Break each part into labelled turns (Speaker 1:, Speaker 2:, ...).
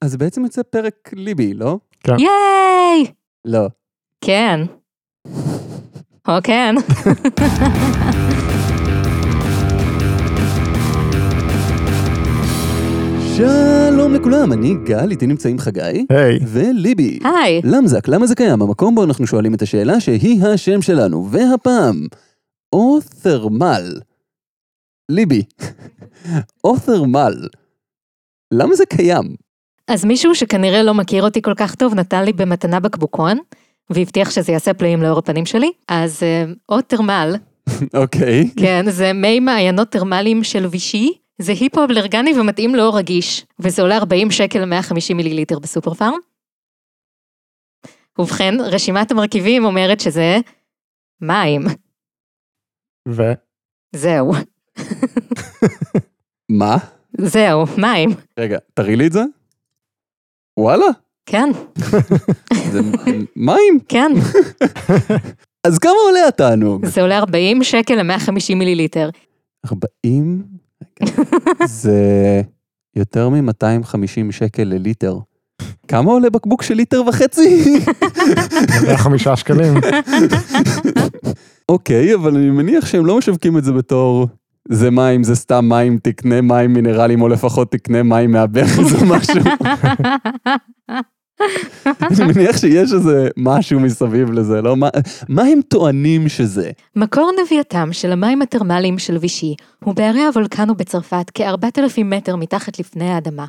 Speaker 1: אז בעצם יוצא פרק ליבי, לא?
Speaker 2: ייי!
Speaker 1: לא.
Speaker 2: כן. או כן.
Speaker 1: שלום לכולם, אני גל, איתי נמצאים חגי
Speaker 3: היי,
Speaker 1: וליבי.
Speaker 2: היי.
Speaker 1: למזק, למה זה קיים? המקום בו אנחנו שואלים את השאלה שהיא השם שלנו, והפעם, אות'רמל. ליבי, אות'רמל. למה זה קיים?
Speaker 2: אז מישהו שכנראה לא מכיר אותי כל כך טוב נתן לי במתנה בקבוקון, והבטיח שזה יעשה פלאים לאור הפנים שלי, אז אה, או תרמל,
Speaker 1: אוקיי.
Speaker 2: כן, זה מי מעיינות תרמליים של וישי, זה היפו אבלרגני ומתאים לאור רגיש, וזה עולה 40 שקל 150 מיליליטר בסופר פארם. ובכן, רשימת המרכיבים אומרת שזה מים,
Speaker 3: ו...
Speaker 2: זהו,
Speaker 1: מה?
Speaker 2: זהו, מים,
Speaker 1: רגע, תראי לי את זה. וואלה,
Speaker 2: כן,
Speaker 1: זה מ- מים.
Speaker 2: כן,
Speaker 1: אז כמה עולה התענוג?
Speaker 2: זה עולה 40 שקל ל-150 מיליליטר.
Speaker 1: 40? רגע. זה יותר מ-250 שקל לליטר. כמה עולה בקבוק של ליטר וחצי?
Speaker 3: 105 שקלים.
Speaker 1: אוקיי, אבל אני מניח שהם לא משווקים את זה בתור... זה מים, זה סתם מים, תקנה מים מינרלים, או לפחות תקנה מים מהברז או משהו. אני מניח שיש איזה משהו מסביב לזה, לא? מה, מה הם טוענים שזה?
Speaker 2: מקור נבייתם של המים התרמליים של וישי הוא בערי הוולקנו בצרפת כ-4,000 מטר מתחת לפני האדמה.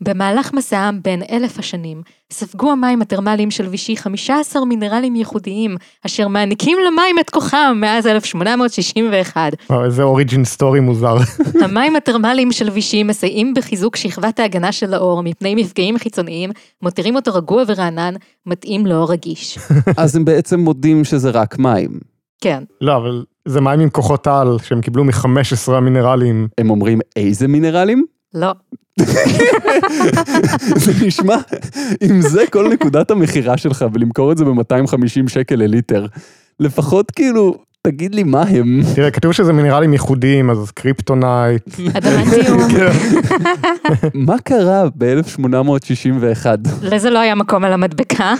Speaker 2: במהלך מסעם בין אלף השנים, ספגו המים התרמליים של וישי 15 מינרלים ייחודיים, אשר מעניקים למים את כוחם מאז 1861.
Speaker 3: וואו, איזה אוריג'ין סטורי מוזר.
Speaker 2: המים התרמליים של וישי מסייעים בחיזוק שכבת ההגנה של האור מפני מפגעים חיצוניים, מותירים אותו רגוע ורענן, מתאים לאור רגיש.
Speaker 1: אז הם בעצם מודים שזה רק מים.
Speaker 2: כן.
Speaker 3: לא, אבל זה מים עם כוחות על שהם קיבלו מ-15 המינרלים.
Speaker 1: הם אומרים איזה מינרלים?
Speaker 2: לא.
Speaker 1: זה נשמע, אם זה כל נקודת המכירה שלך ולמכור את זה ב-250 שקל לליטר, לפחות כאילו, תגיד לי מה הם.
Speaker 3: תראה, כתוב שזה מינרלים ייחודיים, אז קריפטונייט.
Speaker 2: אדמנטיום.
Speaker 1: מה קרה ב-1861?
Speaker 2: לזה לא היה מקום על המדבקה,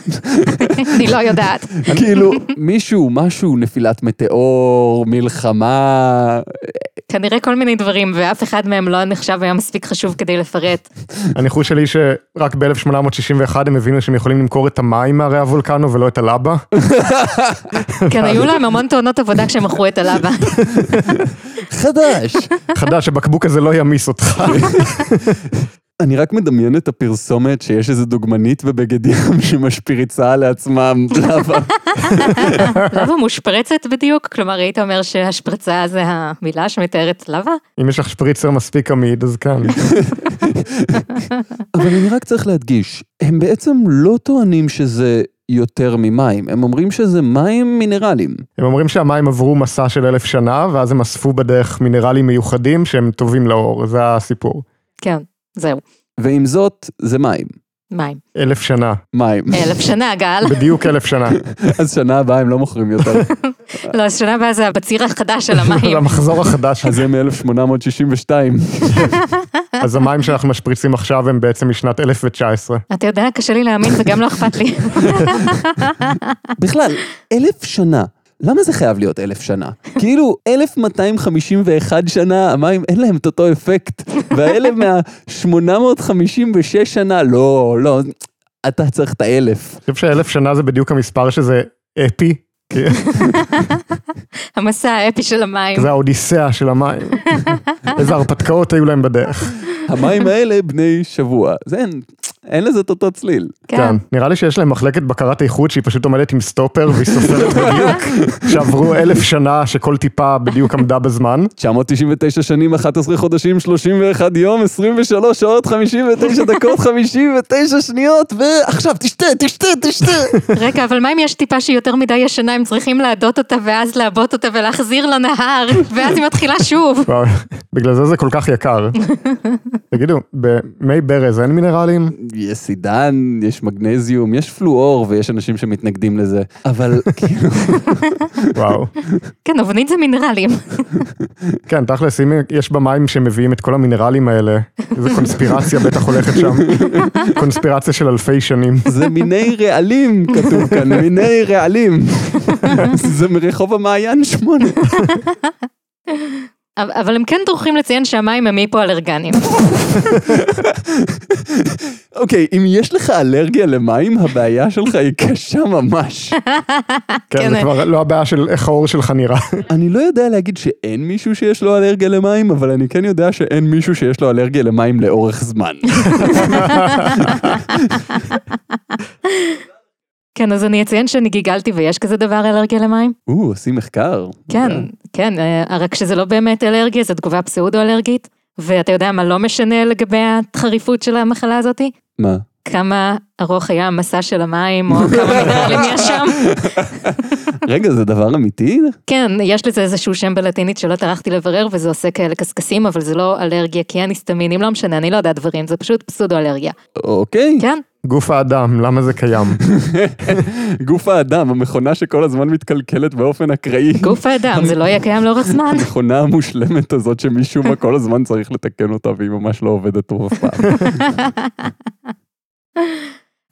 Speaker 2: אני לא יודעת.
Speaker 1: כאילו, מישהו, משהו, נפילת מטאור, מלחמה,
Speaker 2: כנראה כל מיני דברים, ואף אחד מהם לא נחשב היה מספיק חשוב כדי לפרט.
Speaker 3: הניחוש שלי שרק ב-1861 הם הבינו שהם יכולים למכור את המים מהרי הוולקנו ולא את הלבה.
Speaker 2: כן, היו להם המון תאונות עבודה כשהם מכרו את הלבה.
Speaker 1: חדש.
Speaker 3: חדש, הבקבוק הזה לא ימיס אותך.
Speaker 1: אני רק מדמיין את הפרסומת שיש איזו דוגמנית בבגד ים שמשפריצה לעצמה לבה.
Speaker 2: לבה מושפרצת בדיוק, כלומר, היית אומר שהשפרצה זה המילה שמתארת לבה?
Speaker 3: אם יש לך שפריצר מספיק עמיד, אז כן.
Speaker 1: אבל אני רק צריך להדגיש, הם בעצם לא טוענים שזה יותר ממים, הם אומרים שזה מים מינרלים.
Speaker 3: הם אומרים שהמים עברו מסע של אלף שנה, ואז הם אספו בדרך מינרלים מיוחדים שהם טובים לאור, זה הסיפור.
Speaker 2: כן, זהו,
Speaker 1: ועם זאת, זה מים.
Speaker 2: מים.
Speaker 3: אלף שנה,
Speaker 1: מים.
Speaker 2: אלף שנה, גל.
Speaker 3: בדיוק אלף שנה.
Speaker 1: אז שנה הבאה הם לא מוכרים יותר.
Speaker 2: לא, אז שנה הבאה זה הבציר החדש של המים.
Speaker 3: למחזור החדש
Speaker 1: אז
Speaker 3: הזה.
Speaker 1: זה מ-1862.
Speaker 3: אז המים שאנחנו משפריצים עכשיו הם בעצם משנת 1019.
Speaker 2: אתה יודע, קשה לי להאמין וגם לא אכפת לי.
Speaker 1: בכלל, אלף שנה. למה זה חייב להיות אלף שנה? כאילו, 1251 שנה, המים אין להם את אותו אפקט. והאלה מה-856 שנה, לא, לא, אתה צריך את האלף.
Speaker 3: אני חושב שאלף שנה זה בדיוק המספר שזה אפי, כי
Speaker 2: המסע האפי של המים.
Speaker 3: זה האודיסאה של המים. איזה הרפתקאות היו להם בדרך.
Speaker 1: המים האלה בני שבוע. זה אין, אין לזה את אותו צליל.
Speaker 2: כן.
Speaker 3: נראה לי שיש להם מחלקת בקרת איכות שהיא פשוט עומדת עם סטופר והיא סופרת בדיוק שעברו אלף שנה שכל טיפה בדיוק עמדה בזמן.
Speaker 1: 999 שנים, 11 חודשים, 31 יום, 23 שעות, 59 דקות, 59 שניות, ועכשיו תשתה, תשתה, תשתה.
Speaker 2: רגע, אבל מה אם יש טיפה שהיא יותר מדי ישנה, הם צריכים להדות אותה ואז לעבות אותה ולהחזיר לנהר, ואז היא מתחילה שוב.
Speaker 3: וואו, בגלל זה זה כל כך יקר. תגידו, במי ברז אין מינרלים?
Speaker 1: יש סידן, יש מגנזיום, יש פלואור ויש אנשים שמתנגדים לזה, אבל כאילו,
Speaker 3: וואו.
Speaker 2: כן, אבנית זה מינרלים.
Speaker 3: כן, תכלס, אם יש במים שמביאים את כל המינרלים האלה, איזה קונספירציה בטח הולכת שם. קונספירציה של אלפי שנים.
Speaker 1: זה מיני רעלים כתוב כאן, מיני רעלים. זה מרחוב המעיין שמונה.
Speaker 2: אבל- אבל הם כן טורחים לציין שהמים הם היפואלרגנים.
Speaker 1: אוקיי, אם יש לך אלרגיה למים, הבעיה שלך היא קשה ממש.
Speaker 3: כן, זה
Speaker 2: כן.
Speaker 3: כבר לא הבעיה של איך האור שלך נראה.
Speaker 1: אני לא יודע להגיד שאין מישהו שיש לו אלרגיה למים, אבל אני כן יודע שאין מישהו שיש לו אלרגיה למים לאורך זמן.
Speaker 2: כן, אז אני אציין שאני גיגלתי ויש כזה דבר אלרגיה למים?
Speaker 1: או, עושים מחקר.
Speaker 2: כן, כן, אה, רק שזה לא באמת אלרגיה, זו תגובה פסאודו-אלרגית. ואתה יודע מה לא משנה לגבי החריפות של המחלה הזאתי?
Speaker 1: מה?
Speaker 2: כמה ארוך היה המסע של המים, או כמה מינרלים יש שם.
Speaker 1: רגע, זה דבר אמיתי?
Speaker 2: כן, יש לזה איזשהו שם בלטינית שלא טרחתי לברר, וזה עושה כאלה קשקשים, אבל זה לא אלרגיה, כי אין היסטמינים, לא משנה, אני לא יודעת דברים, זה פשוט פסודו-אלרגיה.
Speaker 1: אוקיי.
Speaker 2: כן,
Speaker 3: גוף האדם, למה זה קיים?
Speaker 1: גוף האדם, המכונה שכל הזמן מתקלקלת באופן אקראי.
Speaker 2: גוף האדם, זה לא יהיה קיים לאורך זמן.
Speaker 1: המכונה המושלמת הזאת שמשום מה כל הזמן צריך לתקן אותה והיא ממש לא עובדת טוב אף פעם.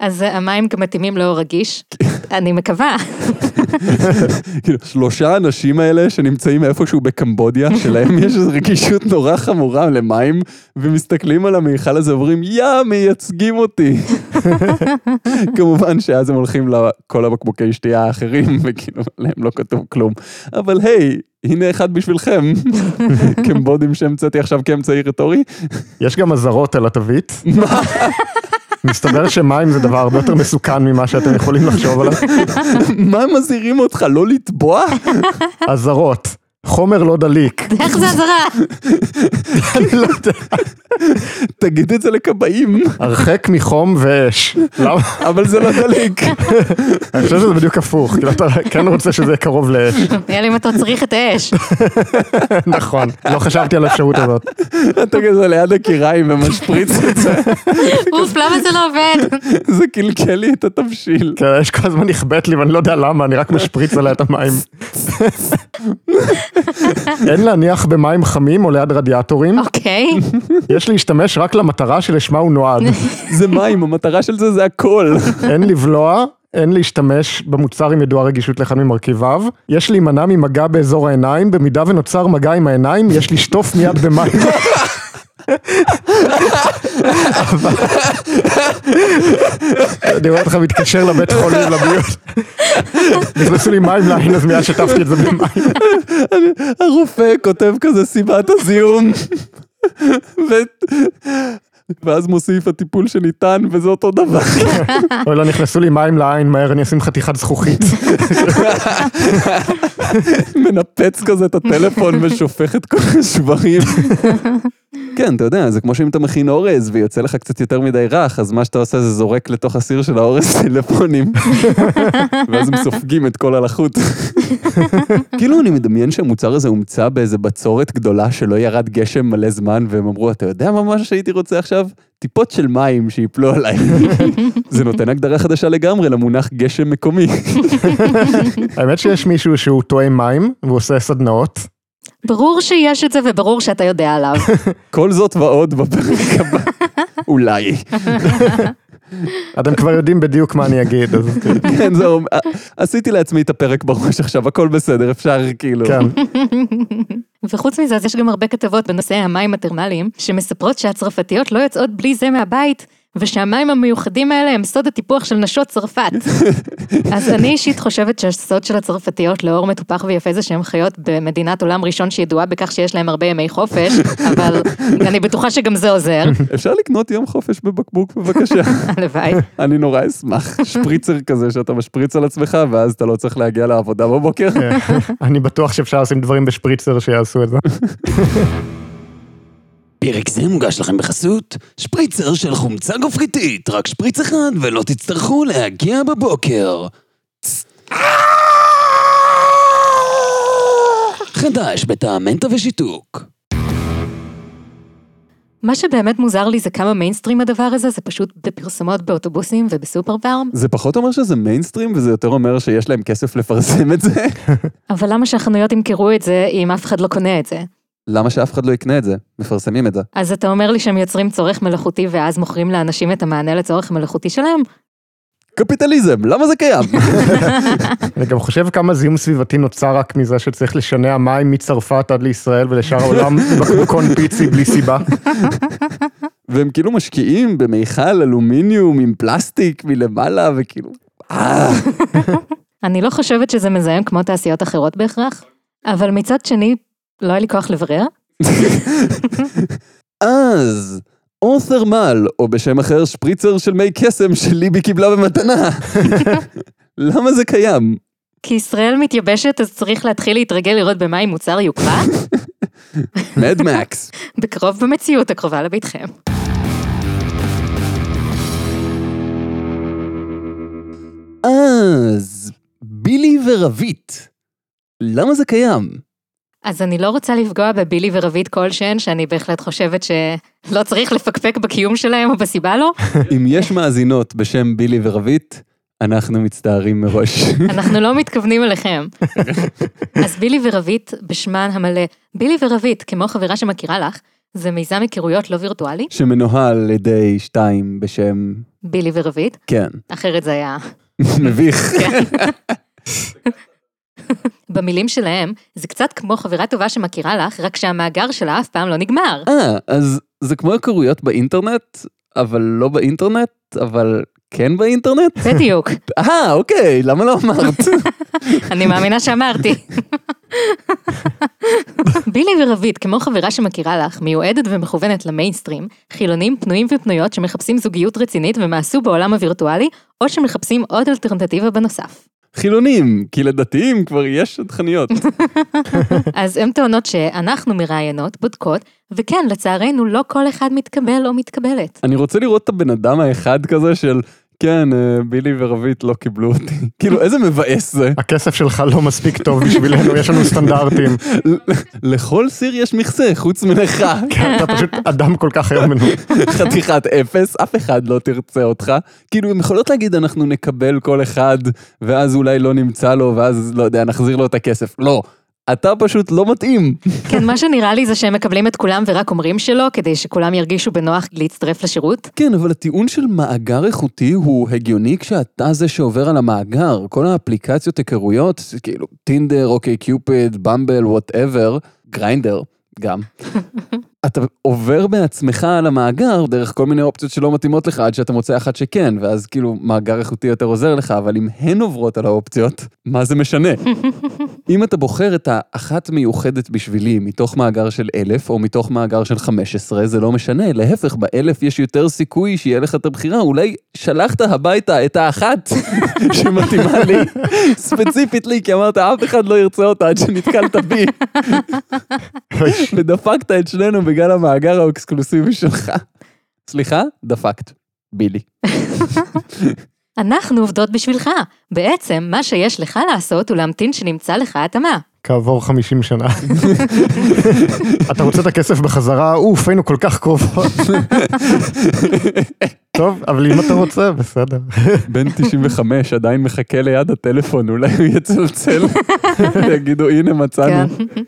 Speaker 2: אז אה, המים גם מתאימים לאור רגיש, אני מקווה.
Speaker 1: כאילו, שלושה האנשים האלה שנמצאים איפשהו בקמבודיה, שלהם יש איזו רגישות נורא חמורה למים, ומסתכלים על המיכל הזה ואומרים, יא, מייצגים אותי. כמובן שאז הם הולכים לכל הבקבוקי שתייה האחרים, וכאילו, עליהם לא כתוב כלום. אבל היי, הנה אחד בשבילכם. קמבודים שהמצאתי עכשיו כאמצעי רטורי.
Speaker 3: יש גם אזהרות על התווית. מסתבר שמים זה דבר הרבה יותר מסוכן ממה שאתם יכולים לחשוב עליו.
Speaker 1: מה מזהירים אותך, לא לטבוע?
Speaker 3: אזהרות, חומר לא דליק.
Speaker 2: איך זה אזהרה?
Speaker 3: אני לא יודע.
Speaker 1: תגיד את זה לכבאים,
Speaker 3: הרחק מחום ואש. למה?
Speaker 1: אבל זה לא דליק.
Speaker 3: אני חושב שזה בדיוק הפוך. כאילו אתה כן רוצה שזה יהיה קרוב לאש.
Speaker 2: אלא אם אתה צריך את האש.
Speaker 3: נכון. לא חשבתי על האפשרות הזאת.
Speaker 1: אתה כזה ליד הקיריים ומשפריץ את זה.
Speaker 2: אוף, למה זה לא עובד?
Speaker 1: זה קלקל לי את התבשיל.
Speaker 3: כן, האש כל הזמן נכבדת לי ואני לא יודע למה, אני רק משפריץ עליה את המים. אין להניח במים חמים או ליד רדיאטורים,
Speaker 2: אוקיי,
Speaker 3: יש להשתמש רק למטרה שלשמה הוא נועד.
Speaker 1: זה מים, המטרה של זה זה הכל.
Speaker 3: אין לבלוע, אין להשתמש במוצר עם ידועה רגישות לאחד ממרכיביו, יש להימנע ממגע באזור העיניים, במידה ונוצר מגע עם העיניים, יש לשטוף מיד במים. אבל- אני רואה אותך מתקשר לבית חולים, לביוט. נכנסו לי מים לעין, אז מיד שטפתי את זה במים.
Speaker 1: הרופא כותב כזה סיבת הזיהום. ו- ואז מוסיף הטיפול שניתן, וזה אותו דבר.
Speaker 3: אוי, לא, נכנסו לי מים לעין, מהר, אני אשים חתיכת זכוכית.
Speaker 1: מנפץ כזה את הטלפון ושופך את כל השברים. כן, אתה יודע, זה כמו שאם אתה מכין אורז ויוצא לך קצת יותר מדי רך, אז מה שאתה עושה זה זורק לתוך הסיר של האורז טלפונים, ואז הם סופגים את כל הלחות. כאילו אני מדמיין שהמוצר הזה הומצא באיזה בצורת גדולה שלא ירד גשם מלא זמן, והם אמרו, אתה יודע מה מה שהייתי רוצה עכשיו? טיפות של מים שיפלו עליי. זה נותן הגדרה חדשה לגמרי למונח גשם מקומי.
Speaker 3: האמת שיש מישהו שהוא טועה מים, והוא עושה סדנאות.
Speaker 2: ברור שיש את זה וברור שאתה יודע עליו.
Speaker 1: כל זאת ועוד בפרק הבא. אולי.
Speaker 3: אתם כבר יודעים בדיוק מה אני אגיד, אז כאילו,
Speaker 1: כן, זהו, ע- עשיתי לעצמי את הפרק בראש עכשיו, הכל בסדר, אפשר כאילו.
Speaker 3: כן.
Speaker 2: וחוץ מזה, אז יש גם הרבה כתבות בנושא המים הטרמליים, שמספרות שהצרפתיות לא יוצאות בלי זה מהבית, ושהמים המיוחדים האלה הם סוד הטיפוח של נשות צרפת. אז אני אישית חושבת שהסוד של הצרפתיות לאור מטופח ויפה זה שהן חיות במדינת עולם ראשון שידועה בכך שיש להן הרבה ימי חופש, אבל אני בטוחה שגם זה עוזר,
Speaker 1: אפשר לקנות יום חופש בבקבוק בבקשה.
Speaker 2: הלוואי.
Speaker 1: אני נורא אשמח. שפריצר כזה שאתה משפריץ על עצמך, ואז אתה לא צריך להגיע לעבודה בבוקר.
Speaker 3: כן. אני בטוח שאפשר לשים דברים בשפריצר שיעשו את זה.
Speaker 4: פרק זה מוגש לכם בחסות שפריצר של חומצה גופריתית, רק שפריץ אחד ולא תצטרכו להגיע בבוקר. חדש בטעם מנטה ושיתוק.
Speaker 2: מה שבאמת מוזר לי זה כמה מיינסטרים הדבר הזה, זה פשוט בפרסומות באוטובוסים ובסופר פארם,
Speaker 1: זה פחות אומר שזה מיינסטרים, וזה יותר אומר שיש להם כסף לפרסם את זה.
Speaker 2: אבל למה שהחנויות ימכרו את זה אם אף אחד לא קונה את זה?
Speaker 1: למה שאף אחד לא יקנה את זה? מפרסמים את זה.
Speaker 2: אז אתה אומר לי שהם יוצרים צורך מלאכותי ואז מוכרים לאנשים את המענה לצורך המלאכותי שלהם?
Speaker 1: קפיטליזם, למה זה קיים?
Speaker 3: אני גם חושב כמה זיהום סביבתי נוצר רק מזה שצריך לשנע מים מצרפת עד לישראל ולשאר העולם בקבוקון פיצי בלי סיבה.
Speaker 1: והם כאילו משקיעים במיכל אלומיניום עם פלסטיק מלמעלה, וכאילו... אה,
Speaker 2: אני לא חושבת שזה מזהם כמו תעשיות אחרות בהכרח, אבל מצד שני, לא היה לי כוח לברר.
Speaker 1: אז, או תרמל, או בשם אחר שפריצר של מי קסם שליבי קיבלה במתנה. למה זה קיים?
Speaker 2: כי ישראל מתייבשת, אז צריך להתחיל להתרגל לראות במה אם מוצר יוקפא,
Speaker 1: מדמקס.
Speaker 2: בקרוב במציאות הקרובה לביתכם.
Speaker 1: אז, בילי ורבית. למה זה קיים?
Speaker 2: אז אני לא רוצה לפגוע בבילי ורביד כלשהן, שאני בהחלט חושבת שלא צריך לפקפק בקיום שלהם או בסיבה לא. לו.
Speaker 1: אם יש מאזינות בשם בילי ורבית, אנחנו מצטערים מראש.
Speaker 2: אנחנו לא מתכוונים אליכם. אז בילי ורבית, בשמן המלא, בילי ורבית, כמו חברה שמכירה לך, זה מיזם היכרויות לא וירטואלי,
Speaker 1: שמנוהל על ידי שתיים בשם...
Speaker 2: בילי ורבית,
Speaker 1: כן,
Speaker 2: אחרת זה היה...
Speaker 1: מביך.
Speaker 2: במילים שלהם, זה קצת כמו חברה טובה שמכירה לך, רק שהמאגר שלה אף פעם לא נגמר.
Speaker 1: אה, אז זה כמו הכרויות באינטרנט, אבל לא באינטרנט, אבל כן באינטרנט?
Speaker 2: בדיוק,
Speaker 1: אה, אוקיי, למה לא אמרת?
Speaker 2: אני מאמינה שאמרתי. בילי ורבית, כמו חברה שמכירה לך, מיועדת ומכוונת למיינסטרים, חילונים פנויים ופנויות שמחפשים זוגיות רצינית ומעשו בעולם הווירטואלי, או שמחפשים עוד אלטרנטטיבה בנוסף.
Speaker 1: חילונים, כי לדתיים כבר יש חנויות.
Speaker 2: אז הן טוענות שאנחנו מראיינות, בודקות, וכן, לצערנו, לא כל אחד מתקבל או מתקבלת.
Speaker 1: אני רוצה לראות את הבן אדם האחד כזה של, כן, אה, בילי ורבית לא קיבלו אותי. כאילו, איזה מבאס זה.
Speaker 3: הכסף שלך לא מספיק טוב בשבילנו, יש לנו סטנדרטים.
Speaker 1: לכל סיר יש מכסה, חוץ ממך.
Speaker 3: כן, אתה פשוט אדם כל כך היום מנוי.
Speaker 1: חתיכת אפס, אף אחד לא תרצה אותך. כאילו, הן יכולות להגיד, אנחנו נקבל כל אחד, ואז אולי לא נמצא לו, ואז, לא יודע, נחזיר לו את הכסף. לא. אתה פשוט לא מתאים.
Speaker 2: כן, מה שנראה לי זה שהם מקבלים את כולם ורק אומרים שלא, כדי שכולם ירגישו בנוח להצטרף לשירות.
Speaker 1: כן, אבל הטיעון של מאגר איכותי הוא הגיוני כשאתה זה שעובר על המאגר. כל האפליקציות היכרויות, זה כאילו טינדר, אוקיי קיופיד, במבל, וואטאבר, גריינדר גם. אתה עובר בעצמך על המאגר דרך כל מיני אופציות שלא מתאימות לך עד שאתה מוצא אחת שכן, ואז כאילו מאגר איכותי יותר עוזר לך, אבל אם הן עוברות על האופציות, מה זה משנה? אם אתה בוחר את האחת מיוחדת בשבילי מתוך מאגר של אלף או מתוך מאגר של 15, זה לא משנה, להפך, באלף יש יותר סיכוי שיהיה לך את הבחירה, אולי שלחת הביתה את האחת שמתאימה לי, ספציפית לי, כי אמרת, אף אחד לא ירצה אותה עד שנתקלת בי, ודפקת את שנינו בגלל המאגר האקסקלוסיבי שלך. סליחה? דפקת. בילי.
Speaker 2: אנחנו עובדות בשבילך. בעצם, מה שיש לך לעשות הוא להמתין שנמצא לך התאמה.
Speaker 3: כעבור 50 שנה. אתה רוצה את הכסף בחזרה? אוף, היינו כל כך קרובות. טוב, אבל אם אתה רוצה, בסדר.
Speaker 1: בן 95 עדיין מחכה ליד הטלפון, אולי הוא יצלצל, יגידו, הנה מצאנו.
Speaker 2: כן.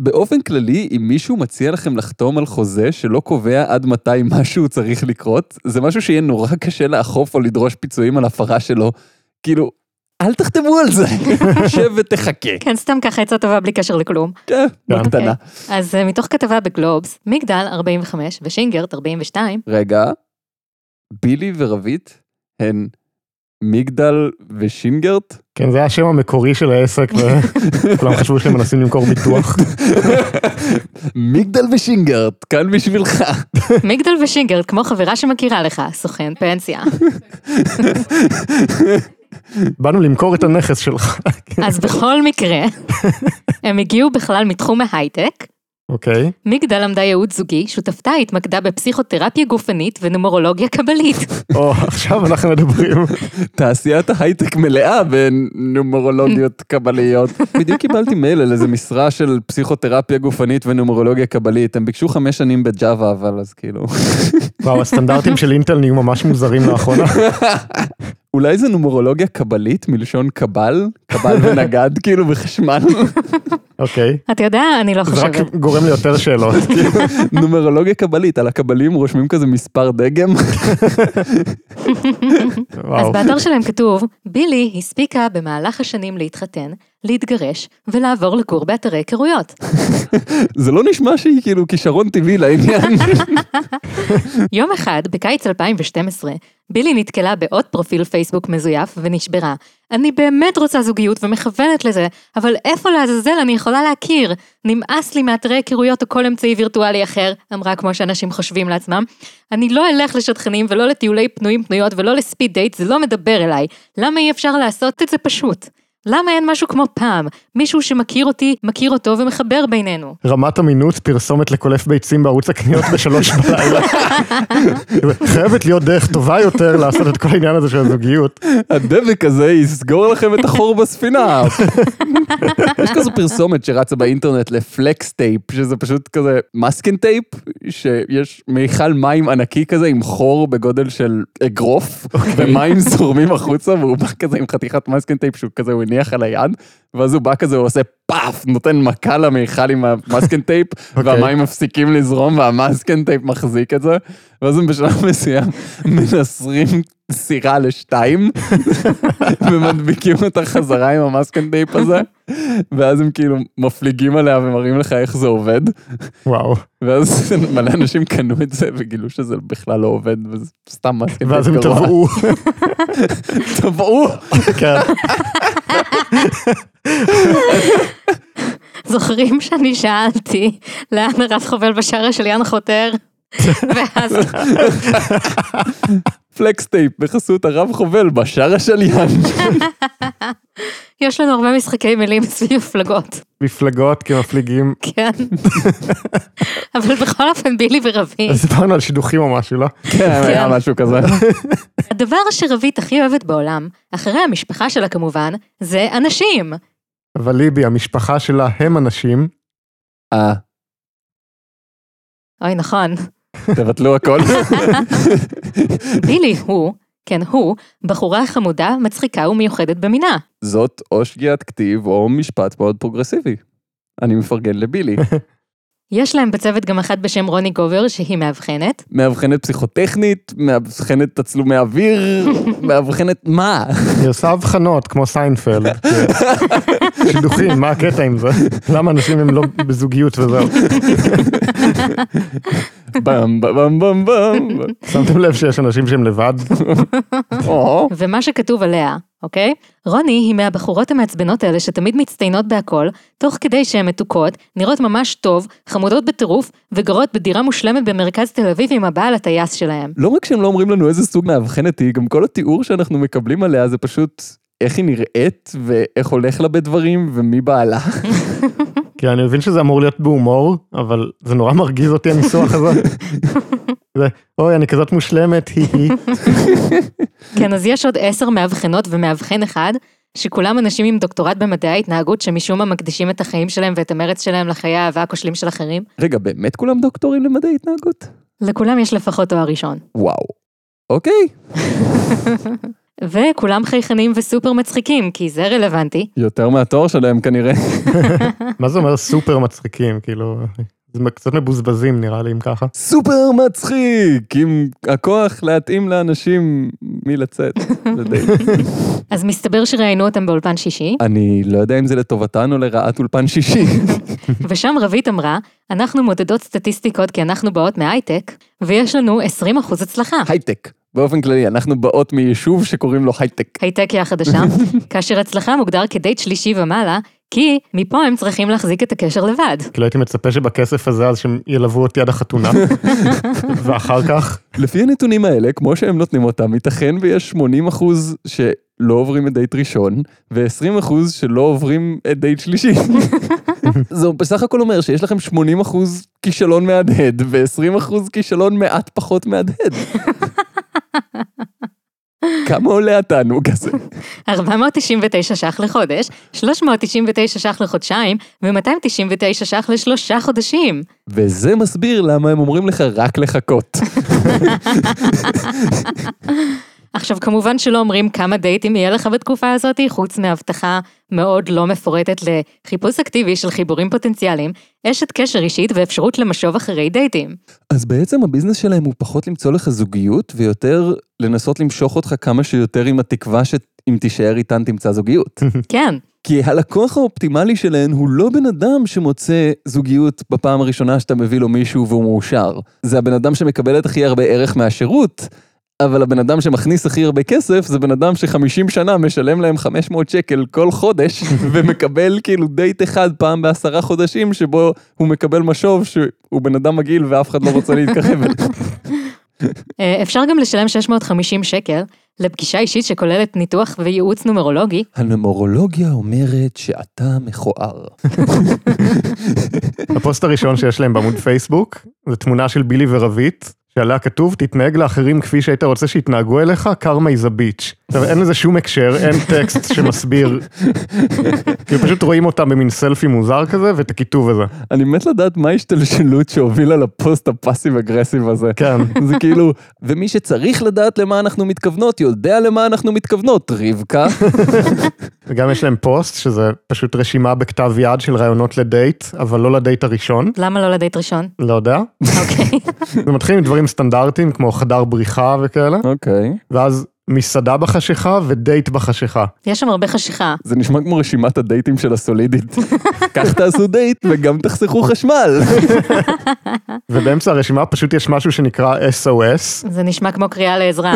Speaker 1: באופן כללי, אם מישהו מציע לכם לחתום על חוזה שלא קובע עד מתי משהו צריך לקרות, זה משהו שיהיה נורא קשה לאכוף או לדרוש פיצויים על הפרה שלו. כאילו, אל תחתמו על זה, שב ותחכה.
Speaker 2: כן, סתם ככה עצה טובה בלי קשר לכלום.
Speaker 1: כן, בקטנה.
Speaker 2: אז אה, מתוך כתבה בגלובס, מגדל 45 ושינגרט 42,
Speaker 1: רגע, בילי ורבית הן מגדל ושינגרט?
Speaker 3: כן, זה היה השם המקורי של העסק, וכולם חשבו שהם מנסים למכור ביטוח.
Speaker 1: מגדל ושינגרט, כאן בשבילך.
Speaker 2: מגדל ושינגרט, כמו חברה שמכירה לך, סוכן פנסיה.
Speaker 3: באנו למכור את הנכס שלך.
Speaker 2: אז בכל מקרה, הם הגיעו בכלל מתחום ההייטק,
Speaker 3: אוקיי.
Speaker 2: מגדל למדה ייעוד זוגי, שותפתה התמקדה בפסיכותרפיה גופנית ונומרולוגיה קבלית.
Speaker 3: או, עכשיו אנחנו מדברים.
Speaker 1: תעשיית ההייטק מלאה בנומרולוגיות קבליות. בדיוק קיבלתי מייל על איזה משרה של פסיכותרפיה גופנית ונומרולוגיה קבלית. הם ביקשו חמש שנים בג'אווה, אבל אז כאילו...
Speaker 3: וואו, הסטנדרטים של אינטל נהיו ממש מוזרים לאחרונה.
Speaker 1: אולי זה נומרולוגיה קבלית מלשון קבל? קבל ונגד כאילו בחשמל?
Speaker 3: אוקיי.
Speaker 2: אתה יודע, אני לא
Speaker 3: זה רק
Speaker 2: חושבת.
Speaker 3: גורם לי יותר שאלות.
Speaker 1: כאילו, נומרולוגיה קבלית, על הקבלים רושמים כזה מספר דגם?
Speaker 2: אז
Speaker 3: וואו.
Speaker 2: באתר שלהם כתוב, בילי הספיקה במהלך השנים להתחתן, להתגרש ולעבור לגור באתרי היכרויות.
Speaker 1: זה לא נשמע שהיא כאילו כישרון טבעי לעניין.
Speaker 2: יום אחד, בקיץ 2012, בילי נתקלה בעוד פרופיל פייסבוק מזויף ונשברה. אני באמת רוצה זוגיות ומכוונת לזה, אבל איפה לעזאזל אני יכולה להכיר? נמאס לי מאתרי היכרויות או כל אמצעי וירטואלי אחר, אמרה כמו שאנשים חושבים לעצמם. אני לא אלך לשטחנים ולא לטיולי פנויים פנויות ולא לספיד דייט, זה לא מדבר אליי. למה אי אפשר לעשות את זה פשוט? למה אין משהו כמו פעם, מישהו שמכיר אותי, מכיר אותו ומחבר בינינו?
Speaker 3: רמת אמינות פרסומת לקולף ביצים בערוץ הקניות בשלוש בלילה. חייבת להיות דרך טובה יותר לעשות את כל העניין הזה של הזוגיות.
Speaker 1: הדבק הזה יסגור לכם את החור בספינה. יש כזו פרסומת שרצה באינטרנט לפלקס טייפ, שזה פשוט כזה מסקין טייפ, שיש מיכל מים ענקי כזה עם חור בגודל של אגרוף, ומים זורמים החוצה, והוא בא כזה עם חתיכת מסקין טייפ שהוא כזה, הוא הניח על היד, ואז הוא בא כזה, הוא עושה פאף, נותן מכה למיכל עם המסקין טייפ,
Speaker 3: אוקיי.
Speaker 1: והמים מפסיקים לזרום, והמסקין טייפ מחזיק את זה, ואז הם בשלב מסוים מנסרים סירה לשתיים, ומדביקים אותה חזרה עם המסקן טייפ הזה, ואז הם כאילו מפליגים עליה ומראים לך איך זה עובד,
Speaker 3: וואו.
Speaker 1: ואז מלא אנשים קנו את זה וגילו שזה בכלל לא עובד, וזה סתם מסקן טייפ גרוע.
Speaker 3: ואז הם טבעו.
Speaker 1: טבעו.
Speaker 3: כן.
Speaker 2: זוכרים שאני שאלתי לאן הרב חובל בשער של יאן חותר? ואז
Speaker 1: פלקס טייפ בחסות הרב חובל בשער השליין.
Speaker 2: יש לנו הרבה משחקי מילים סביב מפלגות,
Speaker 3: מפלגות כמפליגים.
Speaker 2: כן. אבל בכל אופן בילי ורביד.
Speaker 3: אז דיברנו על שידוכים או משהו, לא?
Speaker 1: כן, היה משהו כזה.
Speaker 2: הדבר שרבית הכי אוהבת בעולם, אחרי המשפחה שלה כמובן, זה אנשים.
Speaker 3: אבל ליבי, המשפחה שלה הם אנשים.
Speaker 1: אה,
Speaker 2: אוי נכון,
Speaker 1: תבטלו הכל.
Speaker 2: בילי הוא, כן הוא, בחורה חמודה, מצחיקה ומיוחדת במינה.
Speaker 1: זאת או שגיאת כתיב או משפט מאוד פרוגרסיבי. אני מפרגן לבילי.
Speaker 2: יש להם בצוות גם אחת בשם רוני גובר שהיא מאבחנת,
Speaker 1: מאבחנת פסיכוטכנית, מאבחנת תצלומי אוויר, מאבחנת מה?
Speaker 3: היא עושה הבחנות כמו סיינפלד. שידוכים, מה הקטע עם זה? למה אנשים הם לא בזוגיות וזהו?
Speaker 1: במ במ במ במ.
Speaker 3: שמתם לב שיש אנשים שהם לבד?
Speaker 1: או,
Speaker 2: ומה שכתוב עליה, אוקיי? רוני היא מהבחורות המעצבנות האלה שתמיד מצטיינות בהכל, תוך כדי שהן מתוקות, נראות ממש טוב, חמודות בטירוף, וגרות בדירה מושלמת במרכז תל אביב עם הבעל הטייס שלהם.
Speaker 1: לא רק שהם לא אומרים לנו איזה סוג מאבחנת היא, גם כל התיאור שאנחנו מקבלים עליה זה פשוט איך היא נראית ואיך הולך לה בדברים ומי בעלה.
Speaker 3: כי אני מבין שזה אמור להיות בהומור, אבל זה נורא מרגיז אותי הניסוח הזה. זה, אוי, אני כזאת מושלמת, היא היא.
Speaker 2: כן, אז יש עוד עשר מאבחנות ומאבחן אחד, שכולם אנשים עם דוקטורט במדעי ההתנהגות שמשום מה מקדישים את החיים שלהם ואת המרץ שלהם לחיי האהבה הכושלים של אחרים.
Speaker 1: רגע, באמת כולם דוקטורים למדעי התנהגות?
Speaker 2: לכולם יש לפחות תואר ראשון.
Speaker 1: וואו. אוקיי.
Speaker 2: וכולם חייכנים וסופר מצחיקים, כי זה רלוונטי.
Speaker 1: יותר מהתואר שלהם כנראה.
Speaker 3: מה זה אומר סופר מצחיקים, כאילו, זה קצת מבוזבזים נראה לי אם ככה.
Speaker 1: סופר מצחיק, עם הכוח להתאים לאנשים מי לצאת. זה די-
Speaker 2: אז מסתבר שראיינו אותם באולפן שישי,
Speaker 1: אני לא יודע אם זה לטובתן או לרעת אולפן שישי.
Speaker 2: ושם רבית אמרה, אנחנו מודדות סטטיסטיקות כי אנחנו באות מהייטק, ויש לנו 20% הצלחה.
Speaker 1: הייטק. באופן כללי, אנחנו באות מיישוב שקוראים לו הייטק.
Speaker 2: הייטקיה החדשה, כאשר הצלחה מוגדר כדייט שלישי ומעלה, כי מפה הם צריכים להחזיק את הקשר לבד.
Speaker 3: כאילו הייתי מצפה שבכסף הזה אז שהם ילוו אותי עד החתונה. ואחר כך,
Speaker 1: לפי הנתונים האלה, כמו שהם נותנים אותם, ייתכן ויש 80 אחוז שלא עוברים את דייט ראשון, ו-20 אחוז שלא עוברים את דייט שלישי. זה בסך הכל אומר שיש לכם 80% כישלון מהדהד ו-20% כישלון מעט פחות מהדהד. כמה עולה התענוג הזה?
Speaker 2: 499 ש"ח לחודש, 399 ש"ח לחודשיים, ו-299 ש"ח לשלושה חודשים.
Speaker 1: וזה מסביר למה הם אומרים לך רק לחכות.
Speaker 2: עכשיו, כמובן שלא אומרים כמה דייטים יהיה לך בתקופה הזאת, חוץ מהבטחה מאוד לא מפורטת לחיפוש אקטיבי של חיבורים פוטנציאליים, אשת קשר אישית ואפשרות למשוב אחרי דייטים.
Speaker 1: אז בעצם הביזנס שלהם הוא פחות למצוא לך זוגיות ויותר לנסות למשוך אותך כמה שיותר עם התקווה שאם תישאר איתן תמצא זוגיות.
Speaker 2: כן,
Speaker 1: כי הלקוח האופטימלי שלהן הוא לא בן אדם שמוצא זוגיות בפעם הראשונה שאתה מביא לו מישהו והוא מאושר. זה הבן אדם שמקבל את הכי הרבה ערך מהשירות, אבל הבן אדם שמכניס הכי הרבה כסף זה בן אדם ש-50 שנה משלם להם 500 שקל כל חודש, ומקבל כאילו דייט אחד פעם בעשרה חודשים שבו הוא מקבל משוב שהוא בן אדם מגעיל ואף אחד לא רוצה להתקרב אליו.
Speaker 2: אה, אפשר גם לשלם 650 שקל לפגישה אישית שכוללת ניתוח וייעוץ נומרולוגי,
Speaker 1: הנומרולוגיה אומרת שאתה מכוער.
Speaker 3: הפוסט הראשון שיש להם בעמוד פייסבוק, זה תמונה של בילי ורבית, שעליה כתוב, תתנהג לאחרים כפי שהיית רוצה שיתנהגו אליך, קרמה איז הביץ'. עכשיו, אין לזה שום הקשר, אין טקסט שמסביר. כאילו, פשוט רואים אותם במין סלפי מוזר כזה, ואת הכיתוב הזה.
Speaker 1: אני מת לדעת מה ההשתלשלות שהובילה לפוסט הפאסיב אגרסיב הזה.
Speaker 3: כן.
Speaker 1: זה כאילו, ומי שצריך לדעת למה אנחנו מתכוונות, יודע למה אנחנו מתכוונות, רבקה.
Speaker 3: וגם יש להם פוסט, שזה פשוט רשימה בכתב יד של רעיונות לדייט, אבל לא לדייט הראשון,
Speaker 2: למה לא לדייט ראשון?
Speaker 3: לא יודע.
Speaker 2: אוקיי.
Speaker 3: זה מתחיל עם דברים סטנדרטיים, כמו חדר בריחה וכאלה,
Speaker 1: אוקיי.
Speaker 3: ואז מסעדה בחשיכה ודייט בחשיכה.
Speaker 2: יש שם הרבה חשיכה.
Speaker 1: זה נשמע כמו רשימת הדייטים של הסולידית. כך תעשו דייט וגם תחסכו חשמל.
Speaker 3: ובאמצע הרשימה פשוט יש משהו שנקרא SOS,
Speaker 2: זה נשמע כמו קריאה לעזרה.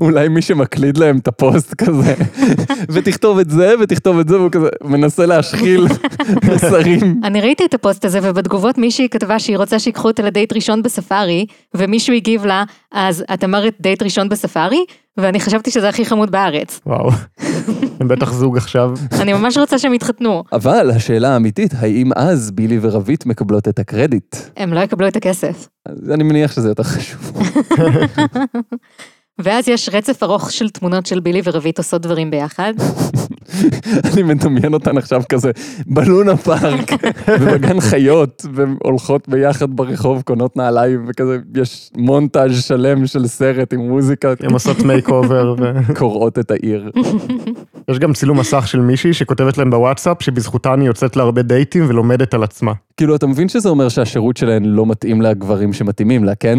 Speaker 1: אולי מי שמקליד להם את הפוסט כזה, ותכתוב את זה ותכתוב את זה, והוא כזה מנסה להשחיל מסרים.
Speaker 2: אני ראיתי את הפוסט הזה, ובתגובות מישהי כתבה שהיא רוצה שיקחו אותה לדייט ראשון בספארי, ומישהו הגיב לה, אז את אמרת דייט ראשון בספארי? ואני חשבתי שזה הכי חמוד בארץ.
Speaker 3: וואו, הם בטח זוג עכשיו.
Speaker 2: אני ממש רוצה שהם יתחתנו.
Speaker 1: אבל השאלה האמיתית, האם אז בילי ורבית מקבלות את הקרדיט?
Speaker 2: הם לא יקבלו את הכסף.
Speaker 1: אז אני מניח שזה יותר חשוב.
Speaker 2: ואז יש רצף ארוך של תמונות של בילי ורבית עושות דברים ביחד.
Speaker 1: אני מדמיין אותן עכשיו כזה בלונה פארק ובגן חיות, והן הולכות ביחד ברחוב, קונות נעליים, וכזה יש מונטאז' שלם של סרט עם מוזיקה,
Speaker 3: הם עושות מייק אובר,
Speaker 1: קורעות את העיר.
Speaker 3: יש גם צילום מסך של מישהי שכותבת להם בוואטסאפ, שבזכותה אני יוצאת להרבה דייטים ולומדת על עצמה.
Speaker 1: כאילו, אתה מבין שזה אומר שהשירות שלהן לא מתאים לגברים שמתאימים לה, כן?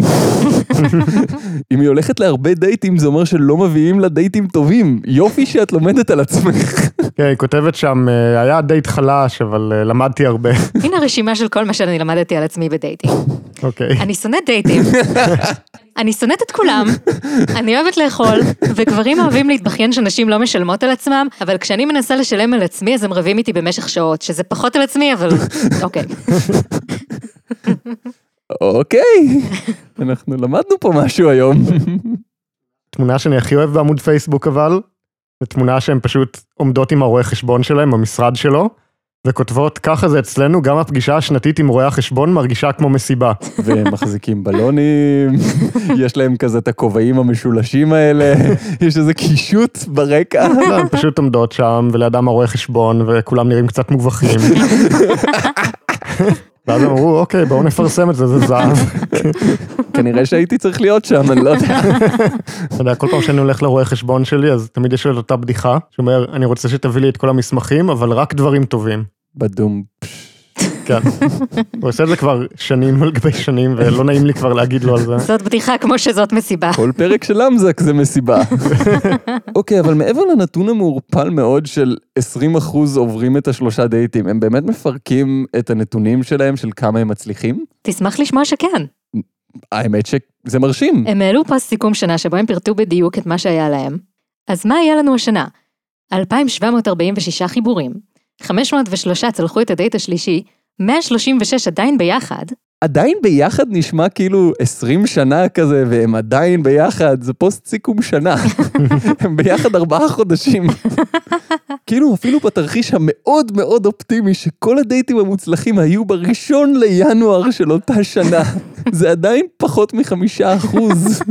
Speaker 1: אם היא הולכת להרבה דייטים, זה אומר שלא מביאים לה דייטים טובים. יופי שאת לומדת על עצמך.
Speaker 3: כן, היא כותבת שם, אה, היה דייט חלש, אבל אה, למדתי הרבה.
Speaker 2: הנה רשימה של כל מה שאני למדתי על עצמי בדייטים.
Speaker 3: אוקיי.
Speaker 2: אני שונאת דייטים. אני שונאת את כולם, אני אוהבת לאכול, וגברים אוהבים להתבכיין שנשים לא משלמות על עצמם, אבל כשאני מנסה לשלם על עצמי אז הם רבים איתי במשך שעות, שזה פחות על עצמי, אבל אוקיי.
Speaker 1: אוקיי, אנחנו למדנו פה משהו היום.
Speaker 3: תמונה שאני הכי אוהב בעמוד פייסבוק אבל, זו תמונה שהן פשוט עומדות עם הרואה חשבון שלהם במשרד שלו, וכותבות, ככה זה אצלנו, גם הפגישה השנתית עם רואה החשבון מרגישה כמו מסיבה.
Speaker 1: והם מחזיקים בלונים, יש להם כזה את הכובעים המשולשים האלה, יש איזה קישוט ברקע.
Speaker 3: לא, הן פשוט עומדות שם, ולידם הרואה חשבון, וכולם נראים קצת מובכים. ואז הם אמרו, אוקיי, בואו נפרסם את זה, זה זהב.
Speaker 1: כנראה שהייתי צריך להיות שם, אני לא יודע.
Speaker 3: אתה יודע, כל פעם שאני הולך לרואה חשבון שלי, אז תמיד יש לו את אותה בדיחה, שאומר, אני רוצה שתביא לי את כל המסמכים, אבל רק דברים טובים.
Speaker 1: בדום.
Speaker 3: כן. הוא עושה את זה כבר שנים על גבי שנים, ולא נעים לי כבר להגיד לו על זה.
Speaker 2: זאת בדיחה כמו שזאת מסיבה.
Speaker 1: כל פרק של אמזק זה מסיבה. אוקיי, אבל מעבר לנתון המעורפל מאוד של 20% עוברים את השלושה דייטים, הם באמת מפרקים את הנתונים שלהם של כמה הם מצליחים?
Speaker 2: תשמח לשמוע שכן.
Speaker 1: האמת שזה מרשים.
Speaker 2: הם העלו פוסט סיכום שנה שבו הם פירטו בדיוק את מה שהיה להם. אז מה היה לנו השנה? 2,746 חיבורים, 503 צלחו את הדייט השלישי, 136 עדיין ביחד,
Speaker 1: עדיין ביחד נשמע כאילו 20 שנה כזה, והם עדיין ביחד, זה פוסט סיכום שנה. הם ביחד ארבעה חודשים. כאילו אפילו בתרחיש המאוד מאוד אופטימי שכל הדייטים המוצלחים היו בראשון לינואר של אותה שנה, זה עדיין פחות מחמישה אחוז.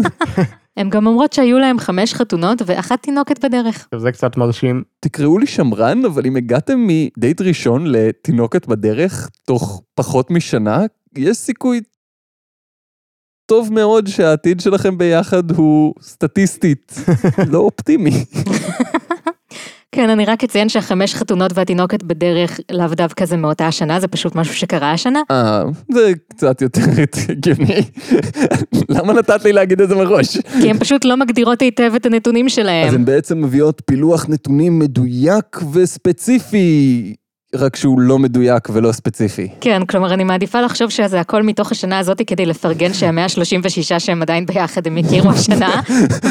Speaker 2: הן גם אומרות שהיו להם חמש חתונות ואחת תינוקת בדרך.
Speaker 3: עכשיו, זה קצת מרשים.
Speaker 1: תקראו לי שמרן, אבל אם הגעתם מדייט ראשון לתינוקת בדרך תוך פחות משנה, יש סיכוי טוב מאוד שהעתיד שלכם ביחד הוא סטטיסטית, לא אופטימי.
Speaker 2: כן, אני רק אציין שהחמש חתונות והתינוקת בדרך לאו דווקא זה מאותה השנה, זה פשוט משהו שקרה השנה.
Speaker 1: אה, זה קצת יותר הגיוני. למה נתת לי להגיד את זה מראש?
Speaker 2: כי הן פשוט לא מגדירות היטב את הנתונים
Speaker 1: אז
Speaker 2: שלהם.
Speaker 1: הן בעצם מביאות פילוח נתונים מדויק וספציפי, רק שהוא לא מדויק ולא ספציפי.
Speaker 2: כן, כלומר, אני מעדיפה לחשוב שזה הכל מתוך השנה הזאת כדי לפרגן שה-136 שהם עדיין ביחד הם הכירו השנה,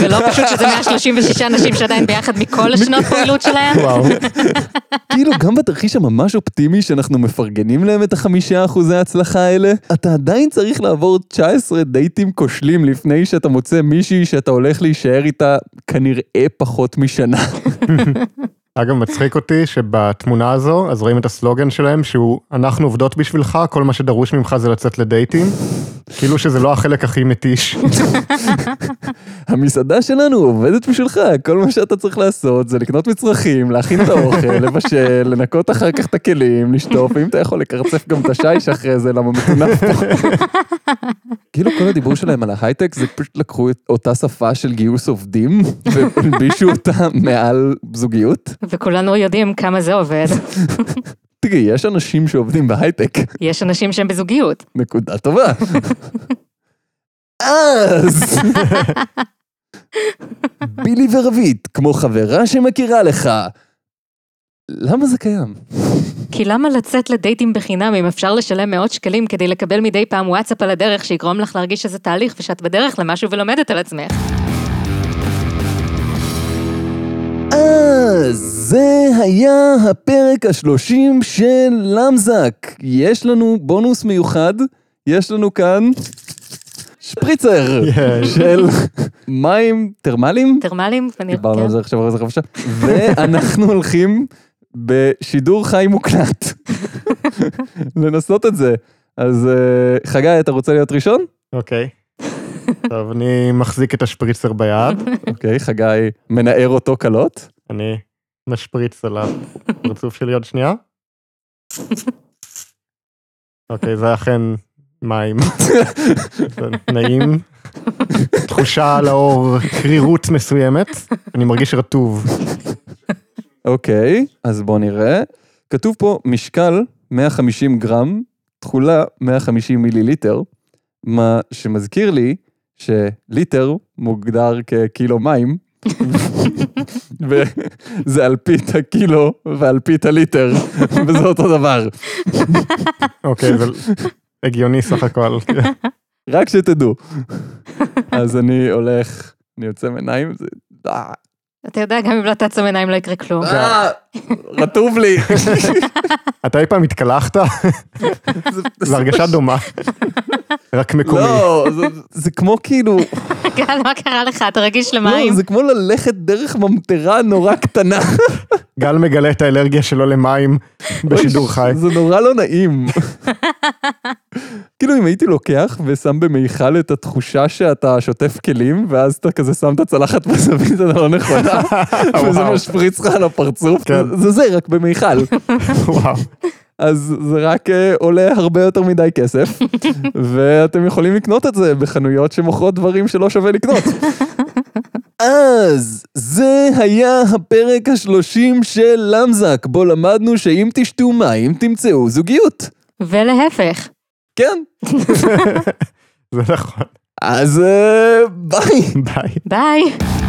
Speaker 2: ולא פשוט שזה 136 נשים שעדיין ביחד מכל השנות פעילות שלהם.
Speaker 3: וואו.
Speaker 1: כאילו, גם בתרחיש הממש אופטימי שאנחנו מפרגנים להם את החמישה אחוזי ההצלחה האלה, אתה עדיין צריך לעבור 19 דייטים כושלים לפני שאתה מוצא מישהי שאתה הולך להישאר איתה כנראה פחות משנה.
Speaker 3: אגב, מצחיק אותי שבתמונה הזו, אז רואים את הסלוגן שלהם, שהוא אנחנו עובדות בשבילך, כל מה שדרוש ממך זה לצאת לדייטים. כאילו שזה לא החלק הכי מתיש.
Speaker 1: המסעדה שלנו עובדת בשבילך, כל מה שאתה צריך לעשות זה לקנות מצרכים, להכין את האוכל, לבשל, לנקות אחר כך את הכלים, לשטוף, ואם אתה יכול לקרצף גם את השיש אחרי זה, למה מטונף פה. כאילו כל הדיבור שלהם על ההייטק זה פשוט לקחו את אותה שפה של גיוס עובדים והלבישו אותה מעל זוגיות.
Speaker 2: וכולנו יודעים כמה זה עובד.
Speaker 1: תראי, יש אנשים שעובדים בהייטק,
Speaker 2: יש אנשים שהם בזוגיות.
Speaker 1: נקודה טובה. אז... בילי ורבית, כמו חברה שמכירה לך. למה זה קיים?
Speaker 2: כי למה לצאת לדייטים בחינם אם אפשר לשלם מאות שקלים כדי לקבל מדי פעם וואטסאפ על הדרך שיגרום לך להרגיש שזה תהליך ושאת בדרך למשהו ולומדת על עצמך?
Speaker 1: אז זה היה הפרק השלושים של למזק. יש לנו בונוס מיוחד, יש לנו כאן שפריצר
Speaker 3: יש.
Speaker 1: של מים תרמליים.
Speaker 2: תרמלים? אני-
Speaker 1: דיברנו
Speaker 2: כן.
Speaker 1: על זה עכשיו אחרי זה חופשה. ואנחנו הולכים בשידור חי מוקלט לנסות את זה. אז אה, חגי, אתה רוצה להיות ראשון?
Speaker 3: אוקיי. טוב, אני מחזיק את השפריצר ביד,
Speaker 1: אוקיי, חגי מנער אותו קלות.
Speaker 3: אני משפריץ על הפרצוף שלי עוד שנייה. אוקיי, זה אכן מים. זה נעים. תחושה על האור, קרירות מסוימת. אני מרגיש רטוב.
Speaker 1: אוקיי, אז בואו נראה. כתוב פה משקל 150 גרם, תכולה 150 מיליליטר, מה שמזכיר לי שליטר מוגדר כקילו מים. וזה אלפית הקילו ואלפית הליטר, וזה אותו דבר.
Speaker 3: אוקיי, זה הגיוני סך הכל.
Speaker 1: רק שתדעו. אז אני הולך, אני יוצא מעיניים, זה... אה,
Speaker 2: אתה יודע, גם אם לא תעצום עיניים לא יקרה כלום.
Speaker 1: אה, רטוב לי.
Speaker 3: אתה אי פעם התקלחת?
Speaker 1: זה-
Speaker 3: זו הרגשה דומה. רק מקומי.
Speaker 1: לא, זה- זה כמו כאילו,
Speaker 2: גל, מה כן, לא קרה לך? אתה רגיש למים?
Speaker 1: לא, זה כמו ללכת דרך ממטרה נורא קטנה.
Speaker 3: גל מגלה את האלרגיה שלו למים בשידור חי.
Speaker 1: זה נורא לא נעים. כאילו אם הייתי לוקח ושם במיכל את התחושה שאתה שוטף כלים, ואז אתה כזה שם את הצלחת בזווית הלא נכונה, וזה
Speaker 3: וואו.
Speaker 1: משפריץ לך על הפרצוף,
Speaker 3: כן.
Speaker 1: זה זה, רק במיכל.
Speaker 3: וואו.
Speaker 1: אז זה רק אה, עולה הרבה יותר מדי כסף, ואתם יכולים לקנות את זה בחנויות שמוכרות דברים שלא שווה לקנות. אז זה היה הפרק השלושים של למזק, בו למדנו שאם תשתו מים תמצאו זוגיות.
Speaker 2: ולהפך.
Speaker 1: כן,
Speaker 3: זה נכון.
Speaker 1: אז אה, ביי.
Speaker 3: ביי.
Speaker 2: ביי.